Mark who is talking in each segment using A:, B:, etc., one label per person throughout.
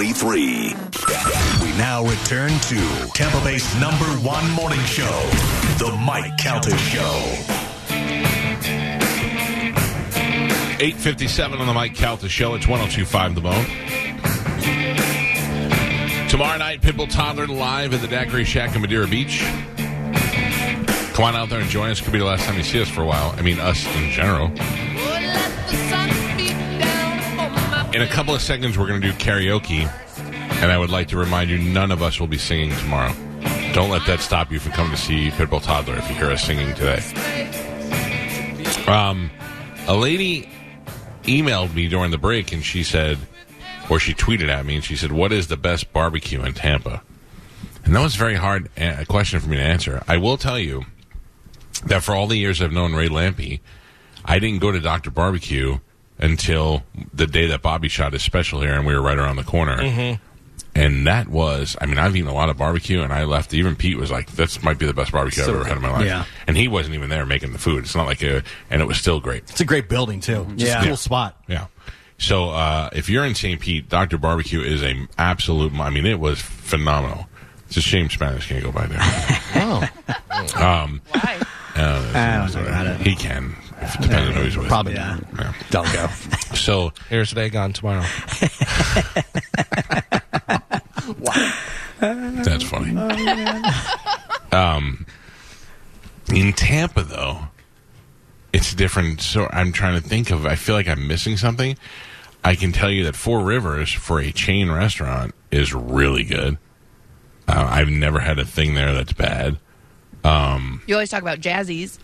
A: 1033. We now return to Tampa Bay's number one morning show, The Mike Calter Show.
B: 857 on the Mike Calta Show. It's 1025 The Bone. Tomorrow night, Pitbull Toddler live at the Daiquiri Shack in Madeira Beach. Come on out there and join us. Could be the last time you see us for a while. I mean, us in general. In a couple of seconds, we're going to do karaoke. And I would like to remind you, none of us will be singing tomorrow. Don't let that stop you from coming to see Pitbull Toddler if you hear us singing today. Um, a lady emailed me during the break and she said, or she tweeted at me and she said, What is the best barbecue in Tampa? And that was a very hard a- a question for me to answer. I will tell you that for all the years I've known Ray Lampy, I didn't go to Dr. Barbecue until the day that Bobby shot his special here and we were right around the corner. And that was, I mean, I've eaten a lot of barbecue and I left. Even Pete was like, this might be the best barbecue I've ever had in my life.
C: Yeah.
B: And he wasn't even there making the food. It's not like a, and it was still great.
C: It's a great building too. Just
D: Yeah.
C: a cool spot.
B: Yeah. So uh, if you're in St. Pete, Dr. Barbecue is a absolute. I mean, it was phenomenal. It's a shame Spanish can't go by there.
C: Oh,
E: Why?
B: he can, if, depending on who he's with.
C: probably
D: Yeah.
C: not. Don't go.
B: So
F: Here's today, gone tomorrow.
B: that's funny. um, in Tampa, though, it's different. So I'm trying to think of. I feel like I'm missing something. I can tell you that Four Rivers for a chain restaurant is really good. Uh, I've never had a thing there that's bad.
E: You always talk about jazzies.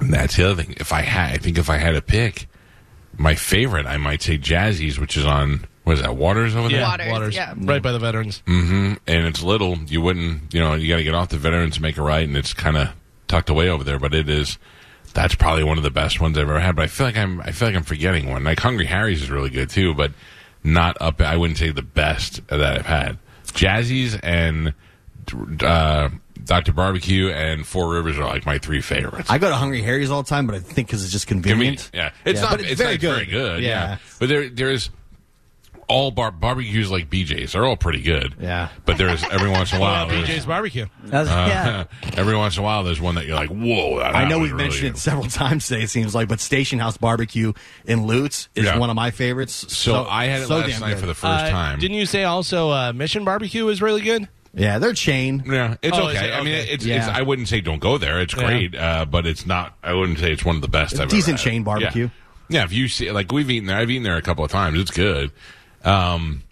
B: And that's the other thing. If I had, I think if I had a pick, my favorite, I might say Jazzy's, which is on what is that Waters over there, Mm-hmm.
E: Waters, yeah.
F: Right by the veterans.
B: and it's little. You wouldn't, you know, you got to get off the veterans to make a right, and it's kind of tucked away over there. But it is. That's probably one of the best ones I've ever had. But I feel like I'm, I feel like I'm forgetting one. Like Hungry Harry's is really good too, but not up. I wouldn't say the best that I've had. Jazzy's and uh, Doctor Barbecue and Four Rivers are like my three favorites.
C: I go to Hungry Harry's all the time, but I think because it's just convenient.
B: Convenient. Yeah, it's
C: Yeah,
B: not.
C: but
B: It's, very, good. very good. Yeah,
C: Yeah.
B: but there there's all bar- barbecues like BJ's. They're all pretty good.
C: Yeah.
B: but there's every once in a while. there's-
F: BJ's Barbecue.
D: That's-
B: Uh,
D: yeah.
B: every once in a while, there's one that you're like, whoa. That
C: I know
B: was
C: we've
B: really
C: mentioned
B: good.
C: it several times today. It seems like, but Station House Barbecue in Lutz is
B: Yeah.
C: one of my favorites.
B: So, I had it
C: so
B: last
C: damn
B: night
C: good.
B: for the first
F: Uh,
B: time.
F: Didn't you say also uh, Mission Barbecue is really good?
C: yeah, they're chain.
B: yeah, it's
F: Oh,
B: okay.
F: is it?
B: I mean,
F: Okay.
B: it's, it's.
C: Yeah.
B: I wouldn't say don't go there. It's
F: Yeah.
B: great, uh, but it's not. I wouldn't say it's one of the best. I've
C: Decent
B: ever had.
C: chain barbecue.
B: Yeah. Yeah, if you see, like we've eaten there, I've eaten there a couple of times. It's good. Um,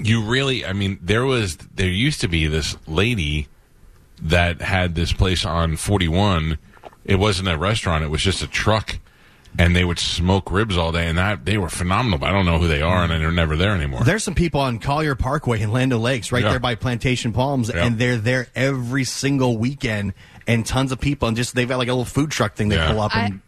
B: you really, I mean, there was, there used to be this lady that had this place on 41. It wasn't a restaurant; it was just a truck, and they would smoke ribs all day, and that they were phenomenal. But I don't know who they are, and they're never there anymore.
C: There's some people on Collier Parkway in Lando Lakes, right
B: Yeah.
C: there by Plantation Palms,
B: Yeah.
C: and they're there every single weekend, and tons of people, and just they've got like a little food truck thing they
B: Yeah.
C: pull up
E: I,
C: and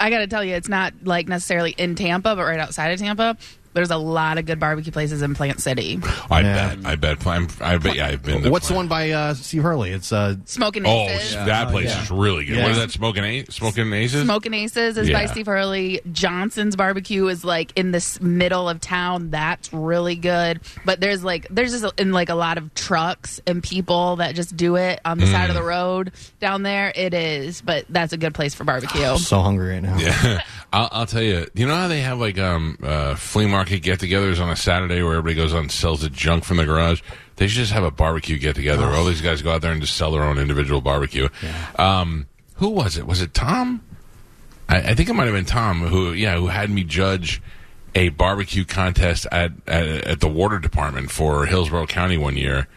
E: I got to tell you, it's not like necessarily in Tampa, but right outside of Tampa, there's a lot of good barbecue places in Plant City.
B: I
C: Yeah.
B: bet. I bet. I'm, I bet. Yeah, I've been. to
C: What's the one
B: Plant-
C: by uh, Steve Hurley? It's uh,
E: Smoking
B: Oh,
E: Aces.
B: that place is really good. What is
C: Yeah.
B: that? Smoking Ace? Smoking Aces?
E: Smoking Aces is by
B: Yeah.
E: Steve Hurley. Johnson's Barbecue is like in this middle of town. That's really good. But there's like there's just in like a lot of trucks and people that just do it on the side of the road down there. It is, but that's a good place for barbecue.
C: so hungry right now.
B: I'll, I'll tell you. You know how they have like um uh, flea market get-togethers on a Saturday where everybody goes out and sells the junk from the garage. They should just have a barbecue get-together. where All these guys go out there and just sell their own individual barbecue. Um, who was it? Was it Tom? I, I think it might have been Tom who yeah who had me judge a barbecue contest at, at at the water department for Hillsborough County one year.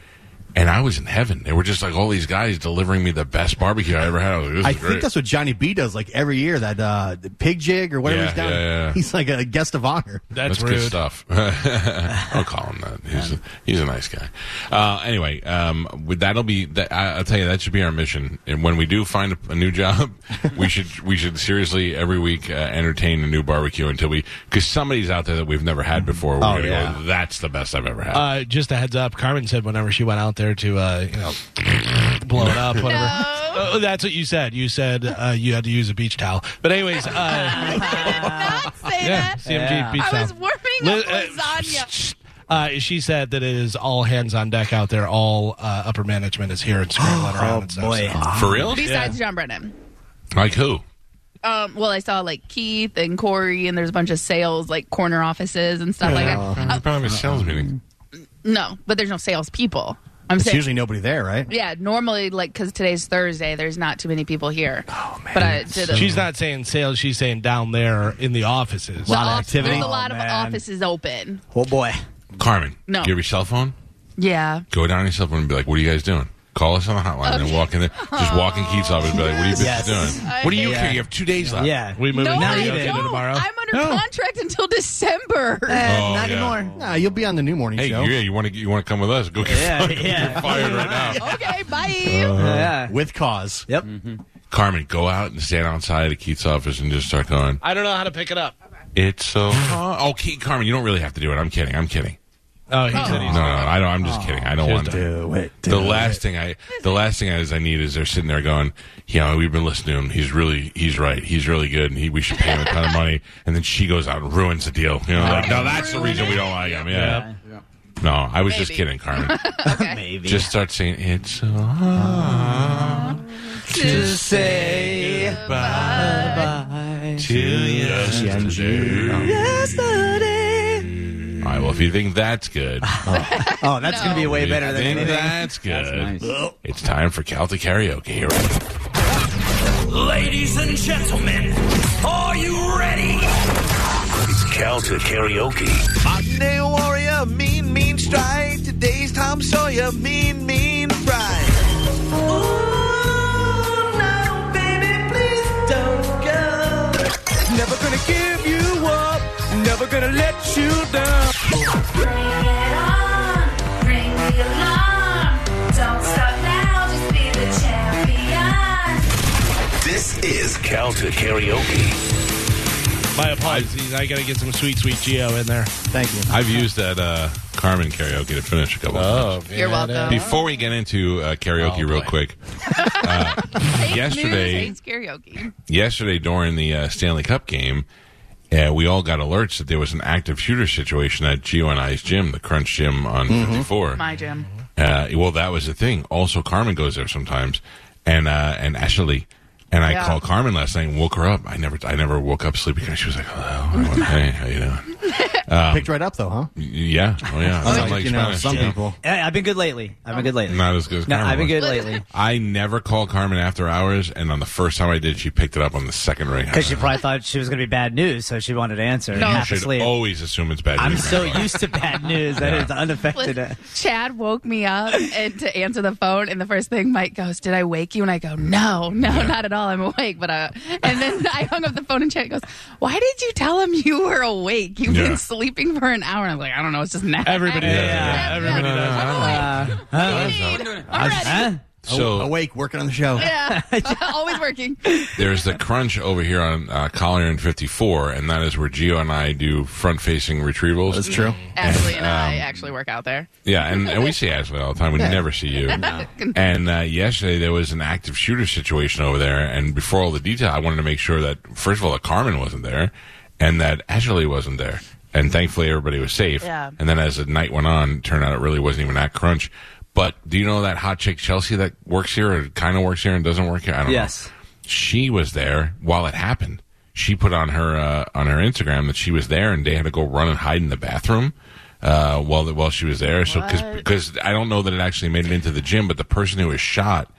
B: And I was in heaven. They were just like all these guys delivering me the best barbecue I ever had. I, was like, this is
C: I
B: great.
C: think that's what Johnny B does like every year that uh, the pig jig or whatever
B: Yeah,
C: he's down.
B: yeah, yeah.
C: He's like a guest of honor.
F: That's,
B: That's,
F: rude.
B: good stuff. I'll call him that. He's a, he's a nice guy. Uh, anyway, um, with, that'll be. That, I, I'll tell you that should be our mission. And when we do find a, a new job, we should we should seriously every week uh, entertain a new barbecue until we because somebody's out there that we've never had before. We're
C: Oh,
B: gonna
C: yeah.
B: go, That's the best I've ever had.
F: Uh, just a heads up, Carmen said whenever she went out there to uh, you know blow it up, whatever. Oh, that's what you said. You said uh, you had to use a beach towel. But anyways, uh,
E: Not say
F: yeah,
E: that.
F: CMG
D: Yeah.
F: beach
E: I
F: towel.
E: was warming
F: Li-
E: up
F: uh,
E: lasagna.
F: sh- sh- Uh, she said that it is all hands on deck out there. All uh, upper management is here and scrambling around
B: Oh,
F: and stuff.
C: Oh, boy.
F: so-
B: For real?
G: Besides John Brennan.
B: Like who?
G: Um, well, I saw like Keith and Corey, and there's a bunch of sales, like corner offices and stuff like that.
F: Mm-hmm.
B: I'm probably a sales meeting.
G: No, but there's no sales people. I'm
C: It's
G: saying,
C: usually nobody there, right?
G: yeah, normally, like, because today's Thursday, there's not too many people here. Oh, man. But I did a,
F: She's not saying sales. She's saying down there in the offices.
G: the
C: lot of
G: off-
C: activity.
G: There's a lot
C: Oh,
G: of
C: man.
G: offices open.
C: Oh boy.
B: Carmen,
G: No.
B: give your cell phone.
G: Yeah.
B: Go down on your cell phone and be like, "What are you guys doing?" Call us on the hotline and then walk in there. Just walk in Keith's office and be like, "What are you bitches
C: Yes.
B: doing?
G: I
B: what do you
G: hate
B: care?
C: it.
B: You have two days left."
C: Yeah.
F: We moving
G: no,
F: to
G: I
C: you
G: don't.
C: did.
F: Kyoto tomorrow.
G: I'm under
F: No.
G: contract until December.
B: Oh, yeah.
C: Nah, you'll be on the new morning
B: Hey,
C: show
B: yeah, you want to you want to come with us? Go get
D: Yeah,
B: fired.
D: yeah.
B: You're fired right now.
G: okay, bye.
C: Uh,
D: Yeah.
C: with cause.
D: Yep.
B: Carmen, go out and stand outside of Keith's office and just start going.
F: I don't know how to pick it up.
B: It's so. hard." Oh, Keith, Carmen, you don't really have to do it. I'm kidding. I'm kidding.
F: Oh, he said
B: No,
F: he's
B: no, no I don't. I'm just kidding. I don't want to.
C: Do it.
B: The last thing I, the last thing I, is I need is they're sitting there going, yeah, we've been listening to him. He's really, he's right. He's really good, and he, we should pay him a ton of money. And then she goes out and ruins the deal. You know, like, no, that's the reason we don't like him. Yeah. No, I was just
G: Maybe.
B: kidding, Carmen.
D: Maybe.
B: just start saying it's so hard
D: to say goodbye.
B: to yesterday. All right. Well, if you think that's good,
D: Oh, that's going to be way
B: if
D: better
B: you
D: than
B: think
D: anything.
B: That's good.
D: That's nice.
B: It's time for Celtic karaoke. Here we go.
H: Ladies and gentlemen, are you ready? It's Calta Karaoke.
I: Day warrior, mean, mean strike. Today's Tom Sawyer, mean, mean pride. Never gonna give you up, never gonna let you down.
E: This is
H: Calta Karaoke.
F: my apologies. I got to get some sweet, sweet Geo in there.
C: Thank you.
B: I've used that uh, Carmen karaoke to finish a couple.
F: Oh.
B: of times.
G: You're welcome.
B: Before we get into uh, karaoke, real quick, uh,
G: Fake
B: yesterday-
G: news hates karaoke.
B: yesterday during the uh, Stanley Cup game, uh, we all got alerts that there was an active shooter situation at Geo and I's gym, the Crunch Gym on
D: Mm-hmm.
B: 54.
G: My gym.
B: Uh, well, that was the thing. Also, Carmen goes there sometimes, and uh, and Ashley. And I
G: Yeah.
B: called Carmen last night and woke her up. I never, I never woke up sleepy because she was like, "Hello, I went, hey, how you doing?" Oh.
C: Picked right up though, huh?
B: Yeah, oh yeah. I
C: Like, you know,
B: Spanish,
C: some
B: yeah.
C: people.
D: Hey, I've been good lately. I've been good lately.
B: not as good. As
D: No,
B: Carmen
D: I've been
B: was.
D: good lately.
B: I never called Carmen after hours, and on the first time I did, she picked it up on the second ring.
D: Because she probably thought she was going to be bad news, so she wanted to answer. and
G: No.
D: half
B: should
D: asleep.
B: always assume it's bad.
D: I'm
B: news,
D: so
B: by the way.
D: used to bad news that it's unaffected.
G: Listen, Chad woke me up and to answer the phone, and the first thing Mike goes, "Did I wake you?" And I go, "No, no, not at all. I'm awake." But uh, and then I hung up the phone, and Chad goes, "Why did you tell him you were awake? You've
B: Yeah.
G: been sleeping for an hour." And I'm like, "I don't know. It's just now."
F: Everybody does.
D: Yeah.
F: Yeah. Everybody
B: No, no,
F: does.
B: no, no.
D: Uh, huh?
G: I'm ready.
D: Huh?
B: So
C: Awake, working on the show.
G: Yeah, always working.
B: There's the crunch over here on uh, Collier and 54, and that is where Gio and I do front facing retrievals.
C: That's true.
G: Ashley and I actually work out there.
B: Yeah, and, and we see Ashley all the time. We never see you. And uh, yesterday there was an active shooter situation over there, and before all the detail, I wanted to make sure that, first of all, that Carmen wasn't there, and that Ashley wasn't there. And thankfully everybody was safe.
G: Yeah.
B: And then as the night went on, it turned out it really wasn't even that crunch. But do you know that hot chick Chelsea that works here or kind of works here and doesn't work here? I don't know
D: Yes.
B: she was there while it happened. She put on her uh, on her Instagram that she was there, and they had to go run and hide in the bathroom uh, while while she was there. So because I don't know that it actually made it into the gym, but the person who was shot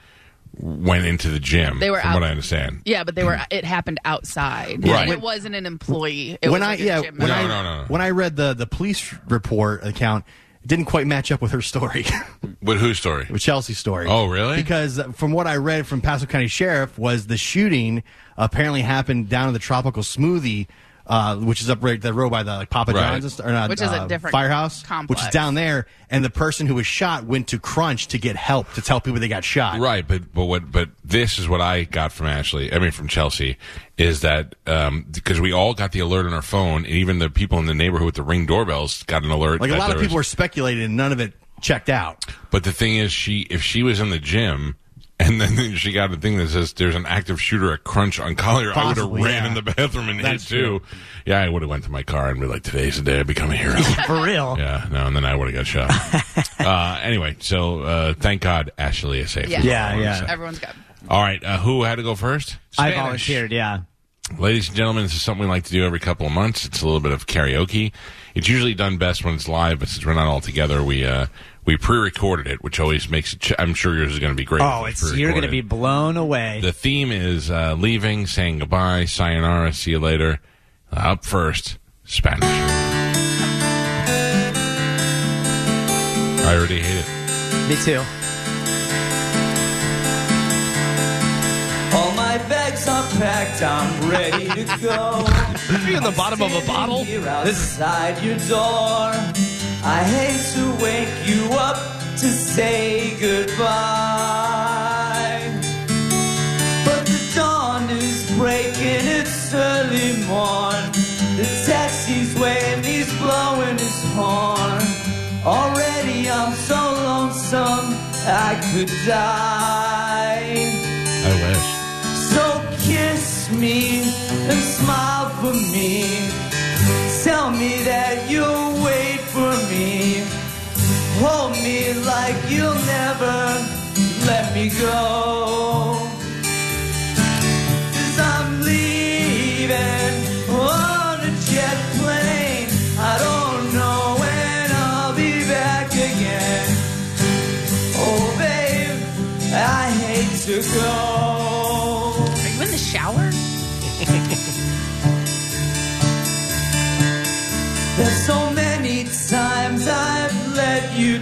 B: went into the gym.
G: They were
B: from what
G: out-
B: I understand.
G: Yeah, but they were. It happened outside.
B: Right.
G: It wasn't an employee. It
C: when
G: was
C: I
G: like a
C: yeah
G: gym
C: when
G: member.
C: I
B: No, no, no.
C: when I read the the police report account, it didn't quite match up with her story,
B: But whose story?
C: with Chelsea's story.
B: Oh, really?
C: Because from what I read from Pasco County Sheriff was the shooting apparently happened down in the Tropical Smoothie. Uh, which is up right the road by the like, Papa
B: Right.
C: John's, and st- or not,
G: Which is a
C: uh,
G: different
C: firehouse, which
G: complex.
C: is down there. And the person who was shot went to Crunch to get help to tell people they got shot.
B: Right, but but what but this is what I got from Ashley. I mean, from Chelsea, is that um because we all got the alert on our phone, and even the people in the neighborhood with the ring doorbells got an alert.
C: Like a
B: that
C: lot of
B: there
C: people
B: was-
C: were speculating, and none of it checked out.
B: But the thing is, she if she was in the gym And then she got a thing that says there's an active shooter at Crunch on Collier. I would
C: Possibly,
B: have ran
C: yeah.
B: in the bathroom and
C: That's
B: hit too. Yeah, I would have went to my car and be like, "Today's the day I become a hero."
D: For real.
B: yeah, no, and then I would have got shot. uh, anyway, so uh, thank God Ashley is safe.
E: Yeah.
D: Yeah, yeah.
E: Everyone's got.
B: All right, uh, who had to go first?
D: I
B: Spanish.
D: volunteered, yeah.
B: Ladies and gentlemen, this is something we like to do every couple of months. It's a little bit of karaoke. It's usually done best when it's live, but since we're not all together, we uh, we pre-recorded it, which always makes it. Ch- I'm sure yours is going to be great.
D: Oh,
B: if
D: it's you're gonna
B: pre-recorded.
D: be blown away.
B: The theme is uh, leaving, saying goodbye, sayonara, see you later. Uh, Up first, Spanish. I already hate it.
D: Me too.
J: All my bags are packed, I'm ready to go.
F: Be in the bottom of a bottle.
J: Here outside your door. I hate to wake you up to say goodbye. But the dawn is breaking, it's early morn. The taxi's waiting, he's blowing his horn. Already I'm so lonesome, I could die.
B: I
J: So kiss me and smile for me. Tell me that you'll wait for me. Hold me like you'll never let me go. Cause I'm leaving on a jet plane. I don't know when I'll be back again. Oh, babe, I hate to go.
E: Are you in the shower?
J: There's so many times I've let you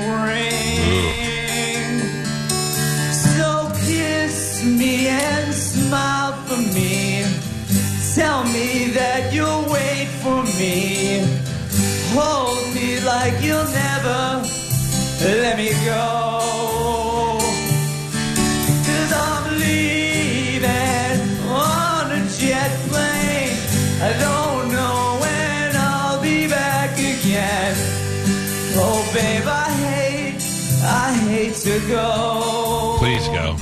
J: ring. So kiss me and smile for me. Tell me that you'll wait for me. Hold me like you'll never let me go. Cause I'm leaving on a jet plane. I don't know when I'll be back again. Oh, babe, I hate, I hate to go.
B: Please go.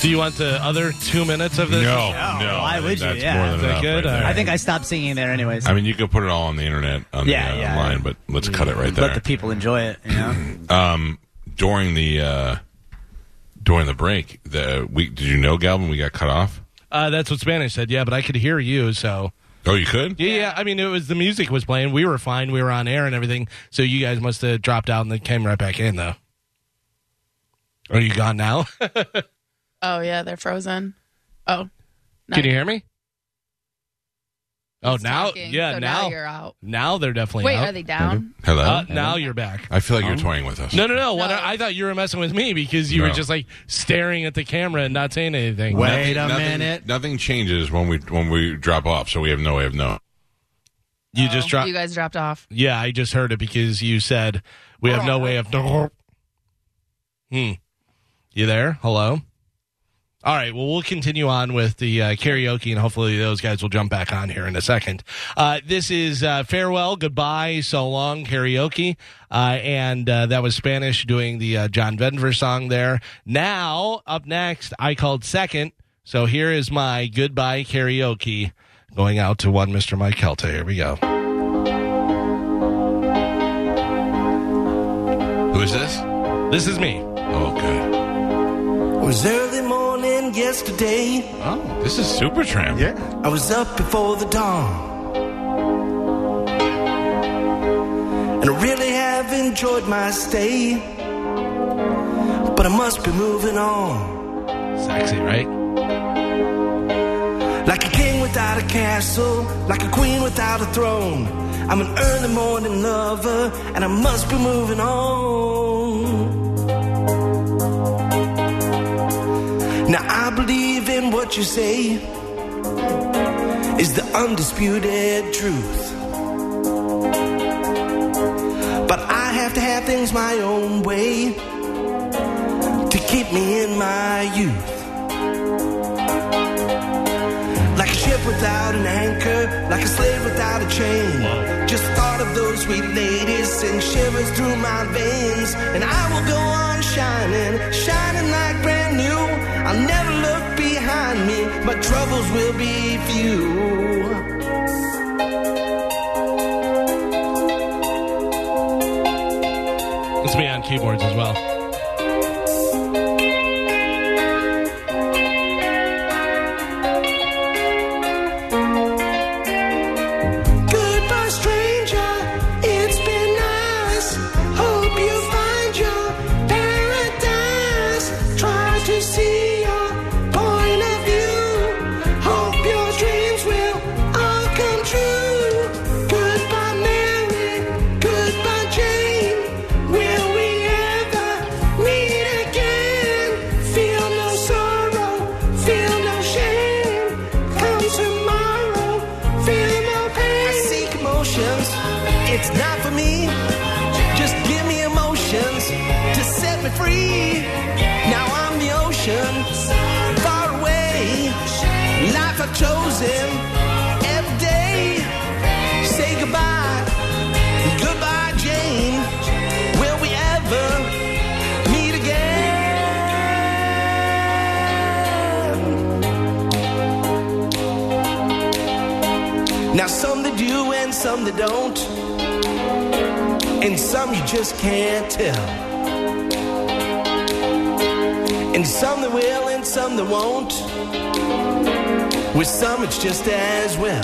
F: Do you want the other two minutes of
B: No,
F: this?
B: no.
D: Oh, why
B: I think
D: would you?
B: That's
D: Yeah.
B: more than
F: Is that
B: enough
F: good?
B: right there.
D: Uh, I think I stopped singing there anyways.
B: I mean, you could put it all on the internet, on
D: Yeah,
B: the, uh,
D: yeah.
B: online, but let's cut it right
D: Let
B: there.
D: the people enjoy it, you know?
B: during the uh, during the break, the we did you know, Galvin? We got cut off.
F: Uh, that's what Spanish said. Yeah, but I could hear you, so.
B: Oh, you could.
F: Yeah, yeah. I mean, it was the music was playing. We were fine. We were on air and everything. So you guys must have dropped out and then came right back in, though. Are you gone now?
E: Oh yeah, they're frozen. Oh,
F: Can you hear me? Oh,
E: he's
F: now,
E: talking,
F: yeah,
E: so
F: now,
E: you're out.
F: now they're definitely
E: Wait,
F: out.
E: are they down?
B: Hello.
F: Uh, now you're back.
B: I feel like you're toying with us.
F: No, no, no. What,
E: No.
F: I thought you were messing with me because you
B: No.
F: were just like staring at the camera and not saying anything.
C: Wait a
B: nothing,
C: minute.
B: Nothing changes when we when we drop off, so we have no way of knowing.
F: You
E: Oh,
F: just dropped.
E: You guys dropped off.
F: yeah, I just heard it because you said we have no way of. Hmm. You there? Hello. All right. Well, we'll continue on with the uh, karaoke, and hopefully those guys will jump back on here in a second. Uh, this is uh, farewell, goodbye, so long, karaoke, uh, and uh, that was Spanish doing the uh, John Denver song there. Now, up next, I called second, so here is my goodbye karaoke, going out to one Mr. Mike Kelta. Here we go.
B: Who is this?
F: This is me.
B: Oh, good.
K: It was early morning yesterday.
B: Oh, this is Supertramp.
K: I was up before the dawn. And I really have enjoyed my stay. But I must be moving on.
F: Sexy, right?
K: Like a king without a castle, like a queen without a throne. I'm an early morning lover, and I must be moving on. Now I believe in what you say. is the undisputed truth. But I have to have things my own way to keep me in my youth. Like a ship without an anchor, like a slave without a chain. Just the thought of those sweet ladies send shivers through my veins. And I will go on shining, shining like brand new. I'll never look behind me, my troubles will be few.
F: It's me on keyboards as well.
K: Goodbye, stranger. It's been nice. Hope you find your paradise. Try to see your point of view. Hope your dreams will all come true. Goodbye, Mary. Goodbye, Jane. Will we ever meet again? Feel no sorrow. Feel no shame. Come tomorrow. Feel no pain. I seek emotions. It's not for me. Just give me emotions to set me free. Now I'm the ocean, far away. Life I've chosen every day. Say goodbye. Goodbye, Jane. Will we ever meet again? Now some that do and some that don't. And some you just can't tell. And some that will and some that won't. With some it's just as well.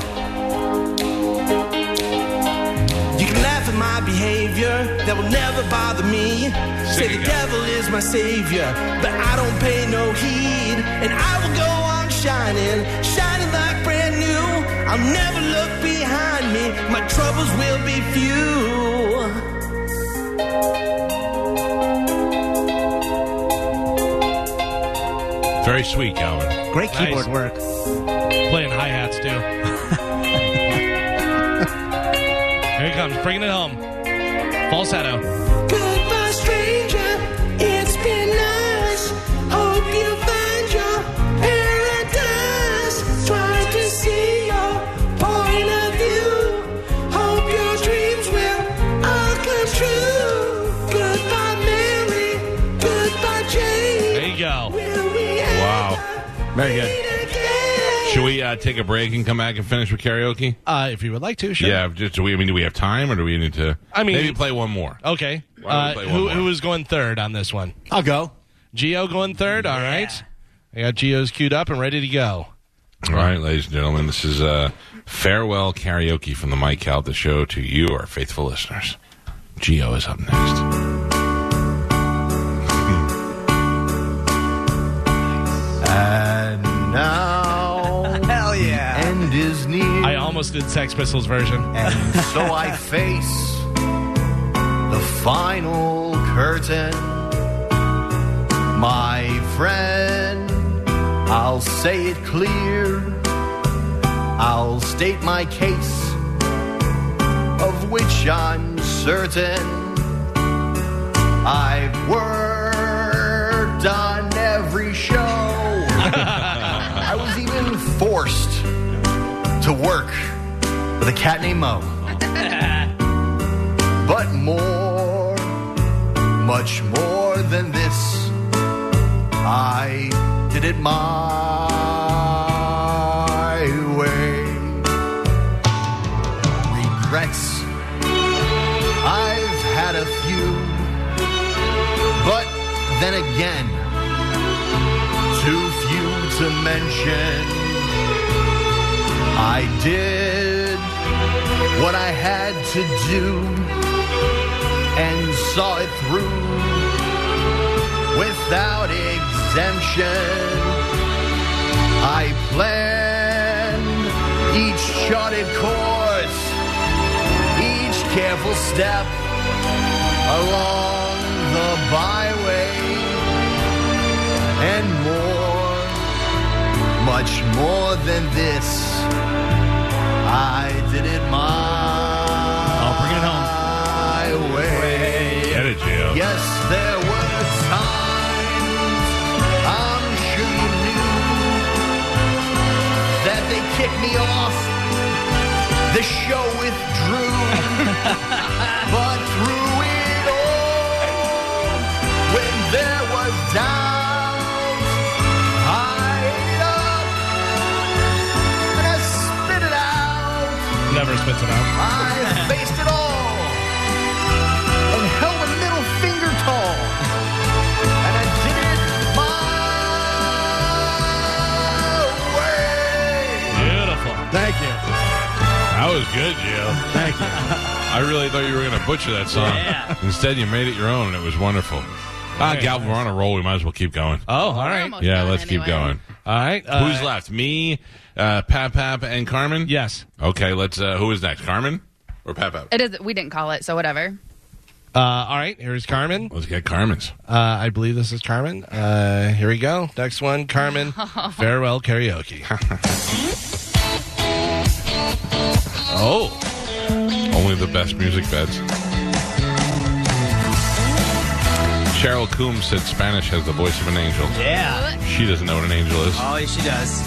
K: You can laugh at my behavior, that will never bother me. Say the devil is my savior, but I don't pay no heed. And I will go on shining, shining like brand new. I'll never look behind me, my troubles will be few.
B: Very sweet, Calvin.
D: Great
F: Nice.
D: keyboard work.
F: Playing hi hats, too. Here he comes, bringing it home. Falsetto.
K: Goodbye, stranger. It's been nice. Hope you find your paradise. Try to see your point of view. Hope your dreams will all come true. Goodbye, Mary. Goodbye, Jane.
F: There you go.
K: Will we
B: Wow.
C: Very good.
K: meet again?
B: Should we uh, take a break and come back and finish with karaoke?
F: Uh, if you would like to, sure.
B: Yeah. Just, do we, I mean, do we have time, or do we need to?
F: I mean-
B: maybe play one more.
F: Okay.
B: Why
F: Uh,
B: don't we play one
F: who,
B: more?
F: who is going third on this one?
C: I'll go.
F: Geo going third. All right. I got Geo's queued up and ready to go.
B: All right, ladies and gentlemen, this is uh, farewell karaoke from the Mike Out the show to you, our faithful listeners. Geo is up next.
A: Now,
D: Hell yeah.
A: end is near.
F: I almost did Sex Pistols version.
A: And so I face the final curtain. My friend, I'll say it clear. I'll state my case, of which I'm certain. I've worked on every show. I was even forced to work with a cat named Mo. but more, much more than this, I did it my way. Regrets, I've had a few, but then again, too few to mention. I did what I had to do and saw it through without exemption. I planned each charted course, each careful step along the byway, and more, much more than this. I did it my
C: Oh, bring it home.
A: way.
B: Get it, Jim.
A: Yes, there were times I'm sure you knew that they kicked me off. The show withdrew, but through it all, when there was doubt, I ate up and I spit it out.
F: Never spits it out.
A: I faced it all and held a middle finger tall. And I did it my way.
F: Beautiful.
C: Thank you.
B: That was good, Jim.
C: Thank you.
B: I really thought you were going to butcher that song. Instead, you made it your own, and it was wonderful. Ah, Gal, we're on a roll. We might as well keep going.
F: Oh, all right.
E: Almost
B: Yeah,
E: done
B: let's keep
E: anyway.
B: going.
F: All right. Uh,
B: Who's left? Me, uh, Pap Pap, and Carmen?
F: Yes.
B: Okay, let's. Uh, who is next? Carmen or Pap Pap?
E: It is. We didn't call it, so whatever.
F: Uh, all right. Here's Carmen.
B: Let's get Carmen's.
F: Uh, I believe this is Carmen. Uh, here we go. Next one, Carmen. Farewell karaoke. oh,
B: Only the best music beds. Cheryl Coombs said Spanish has the voice of an angel.
D: Yeah.
B: She doesn't know what an angel is.
D: Oh, she does.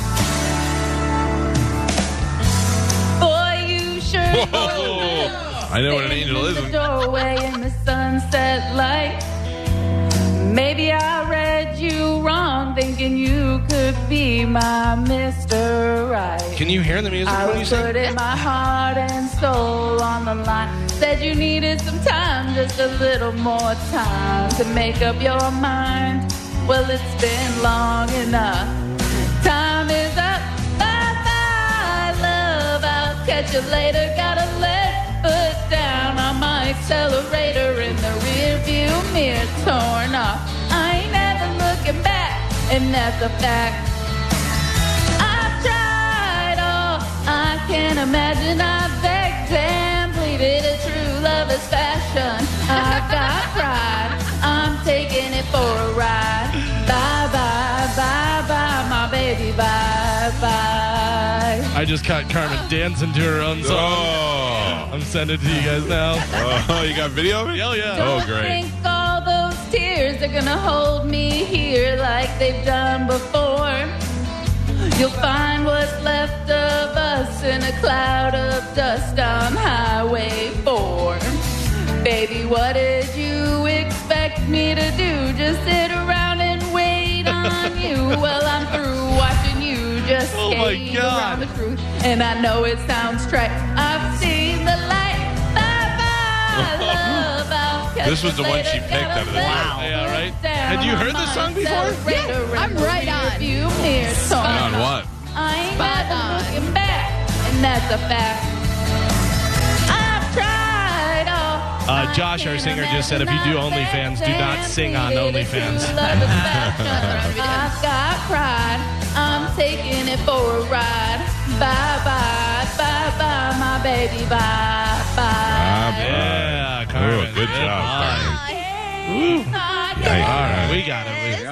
E: Boy, you sure
B: Whoa! I know what an angel is.
E: The doorway in the sunset light. Maybe I read you wrong, thinking you could be my Mr. Right.
F: can you hear the music
E: I
F: when you
E: was
F: sing?
E: putting my heart and soul on the line. Said you needed some time, just a little more time to make up your mind. Well, it's been long enough. Time is up. Bye bye, love. I'll catch you later. Gotta let foot down on my accelerator in the rearview mirror torn off. I ain't ever looking back, and that's a fact. I've tried all I can imagine. I've begged and pleaded a true lover's fashion. I've got pride. I'm taking it for a ride. Bye bye, bye bye, my baby. Bye bye.
F: I just caught Carmen dancing to her own song.
B: Oh.
F: I'm sending it to you guys now.
B: oh, you got video of it?
F: Hell yeah.
B: Oh,
E: Don't
B: great.
E: think all those tears are gonna hold me here like they've done before. You'll find what's left of us in a cloud of dust on Highway 4. Baby, what did you expect me to do? Just sit around and wait on you while I'm through watching you just
F: Oh my
E: skate
F: God.
E: around the truth. And I know it sounds trite. I've seen the light. Bye-bye, love. I'll catch
B: This was
E: you
B: the one
E: later.
B: she picked
E: Gotta
B: out of the
E: let
B: wow.
F: Yeah, right?
E: down
F: Had you heard this song before?
E: myself. Yeah, I'm right on. You
B: On what?
E: I ain't never looking back, and that's a fact. I've tried all.
F: Uh, Josh, our singer, just said if you do OnlyFans, do not sing on OnlyFans.
E: I've got pride. I'm taking it for a ride. Bye bye, bye bye, my baby. Bye bye.
F: Yeah,
B: Oh,
F: Carmen.
B: Ah, good job. Carmen.
F: Oh, All
B: Yikes.
F: right, we got it. We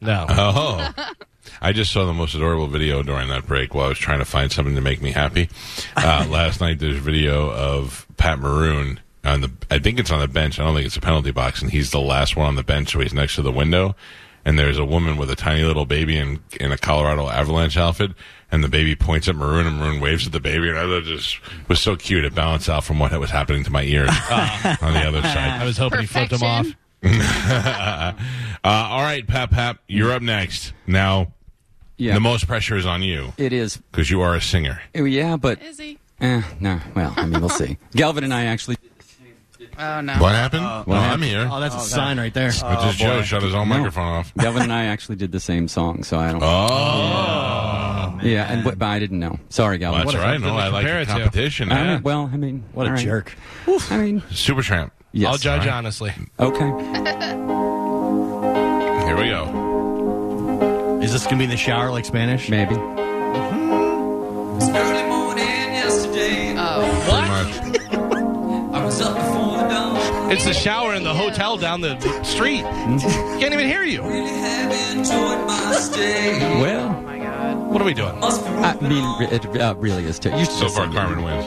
F: No.
B: Oh. I just saw the most adorable video during that break while I was trying to find something to make me happy. Uh, last night, there's a video of Pat Maroon on the. I think it's on the bench. I don't think it's a penalty box, and he's the last one on the bench, so he's next to the window. And there's a woman with a tiny little baby in in a Colorado Avalanche outfit, and the baby points at Maroon, and Maroon waves at the baby, and I was just was so cute. It balanced out from what was happening to my ears on the other side.
F: I was hoping he flipped him off.
E: Perfection.
B: Uh, all right, Pap Pap, you're up next. Now,
L: Yeah.
B: the most pressure is on you
L: It is.
B: because you are a singer.
L: oh, Yeah, but
E: Is he?
L: eh, no. Well, I mean, we'll see. Galvin and I actually.
E: Oh no.
B: What happened? well, I'm here.
C: Oh, Uh, that's a sign right there.
B: But just Joe shut his own
L: No.
B: microphone off.
L: Galvin and I actually did the same song, so I don't.
B: Oh,
L: yeah, and, but, but I didn't know. Sorry,
K: Oh,
L: Galvin.
B: that's
F: if I
B: right. No,
F: didn't
B: I like
F: compare
B: the
F: it to?
B: competition.
L: I
B: Yeah.
L: mean, well, I mean,
C: What a
L: all right.
C: jerk.
L: I mean,
B: Supertramp.
L: yes.
F: I'll judge
B: Alright.
F: honestly.
L: Okay.
B: Here we go.
C: Is this gonna be in the shower like Spanish?
L: Maybe.
J: It's Mm-hmm. early morning yesterday. Uh,
B: Pretty much.
J: I was up before the dawn.
F: It's the shower in the hotel down the street. Can't even hear you.
J: Really have enjoyed my stay.
L: Well,
E: Oh my god.
F: What are we doing?
L: I mean, re- it uh, really is. Ter- you should
B: So
L: just
B: far,
L: sing it.
B: Carmen wins.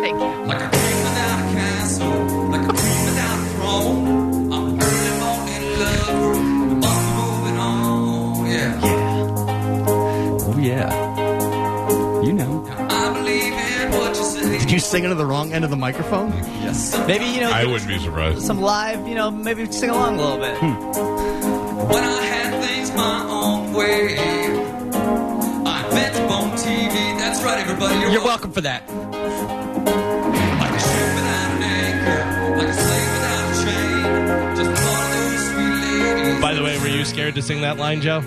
G: Thank you.
F: Oh
I: Like a queen without a castle, like a queen without a throne. I'm an early morning lover, must be moving on. Yeah,
L: Oh yeah, you know.
I: I believe in what you say.
C: Did you sing into the wrong end of the microphone?
J: Maybe, you know,
B: I wouldn't be surprised.
J: some live, you know, maybe sing along a little bit.
I: Hmm. When I had things my own way, I invented bone TV. That's right, everybody.
J: You're welcome for that.
I: Like a ship without an anchor, like a slave without a chain. Just one of those sweet ladies.
F: By the way, were you scared to sing that line, Joe?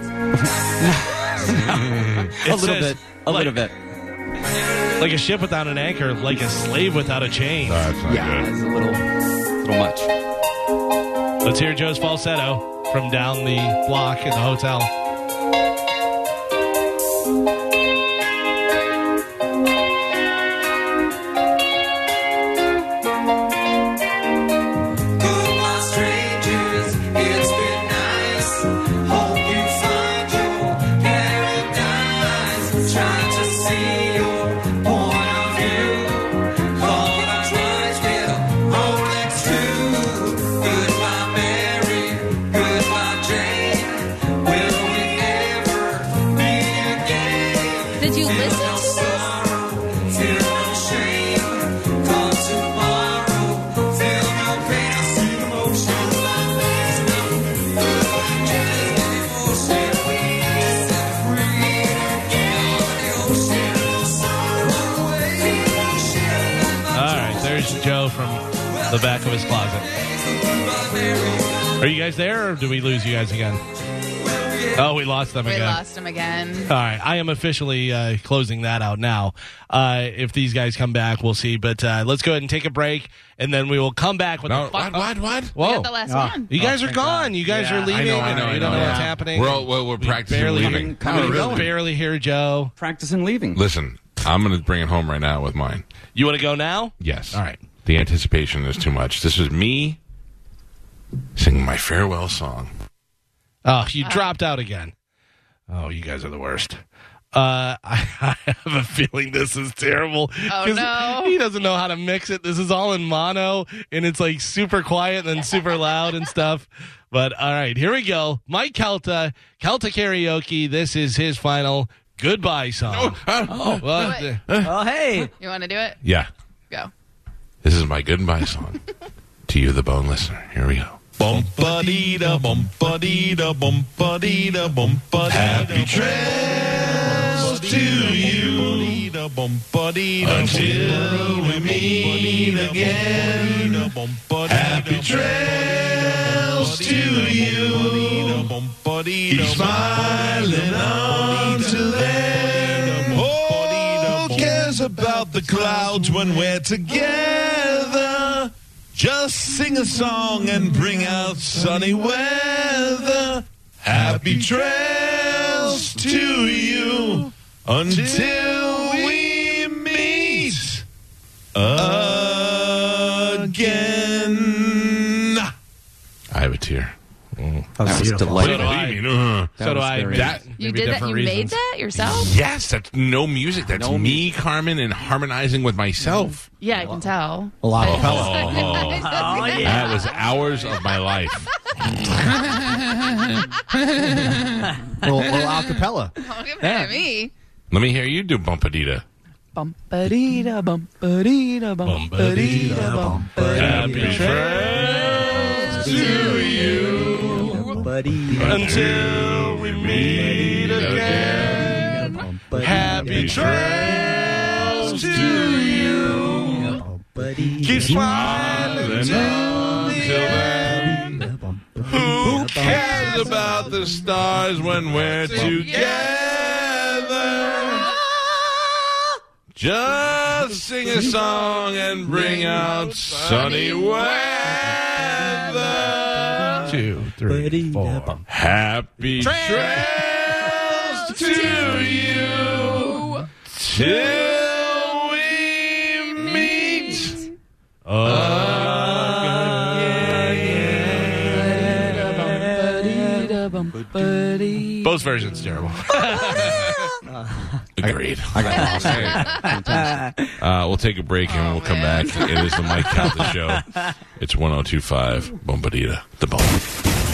L: A little bit. A little bit.
F: Like a ship without an anchor, like a slave without a chain.
B: That's not
L: Yeah,
B: good.
L: it's a little, little much.
F: Let's hear Joe's falsetto from down the block in the hotel.
I: Goodbye, strangers. It's been nice. Hope you find your paradise. Trying to see your point of view. Thought I tried with a Rolex too. Goodbye, Mary. Goodbye, Jane. Will we ever meet again?
G: Did you
I: Feel
G: listen to
I: no
G: this?
I: sorrow, feel no shame. 'Cause tomorrow, feel no pain. I see emotion. Just an emotion. Set free. On the ocean. Run away.
F: All right, there's Joe from the back of his closet. Are you guys there, or do we lose you guys again? Oh, we lost them
G: We
F: again.
G: lost him again.
F: All right, I am officially uh, closing that out now. Uh, if these guys come back, we'll see. But uh, let's go ahead and take a break, and then we will come back with
B: No,
F: the fi-
B: what, Oh, what, what?
G: We
F: Whoa!
G: got the last
C: Ah.
G: one.
F: you guys are gone. You guys are leaving.
B: I know,
F: and
B: I
F: we
B: know,
F: don't know
B: I
F: what's
B: know.
F: happening.
B: We're all, well, we're practicing
F: barely-
B: leaving. Oh,
L: Coming and
F: We
L: going.
F: barely hear Joe.
L: Practicing leaving.
B: Listen, I'm going to bring it home right now with mine.
F: You want to go now?
B: Yes.
F: All right.
B: The anticipation is too much. This is me singing my farewell song.
F: Oh, you dropped out again. Oh, you guys are the worst. Uh, I, I have a feeling this is terrible.
G: Oh,
F: 'Cause
G: no.
F: He doesn't know how to mix it. This is all in mono, and it's like super quiet and then super loud and stuff. But all right, here we go. Mike Calta, Calta Karaoke. This is his final goodbye song.
B: Oh.
F: Well,
G: Wait.
F: th-
J: Oh, hey.
G: You want to do it?
B: Yeah.
G: Go.
B: This is my goodbye song to you, the bone listener. Here we go.
M: Bumpadita, bumpadita, bumpadita, bumpadita. Happy trails to you. Until we meet again. Happy trails to you. Keep smiling until then. Who cares about the clouds when we're together? Just sing a song and bring out sunny weather. Happy trails to you until we meet again.
B: I have a tear.
L: that was
F: So
L: delightful.
F: do I.
L: That
F: so do
L: was
F: I.
L: very-
F: That-
G: You
F: maybe
G: did that? You
F: different
G: made
F: reasons.
G: that yourself?
B: Yes, that's no music. That's
L: No
B: me, Carmen, and harmonizing with myself.
G: Yeah, I can tell.
C: A lot of
B: Oh, that was hours of my life.
C: little, little acapella.
G: Don't get mad at me.
B: Let me hear you do Bumpadita.
G: Bumpadita, bumpadita, bumpadita, bumpadita.
B: Happy trails to you
J: Buddy.
B: until we meet again. Happy trails to you. Keep smiling until then. Who cares about the stars when we're together? Just sing a song and bring out sunny weather.
F: Two, three, four.
B: Happy trails to you till we meet again.
F: Both versions terrible.
B: Agreed.
J: I got lost.
B: Okay. uh, we'll take a break and we'll come back. It is the Mike Calta Show. It's 1025 Bombadita, the bomb.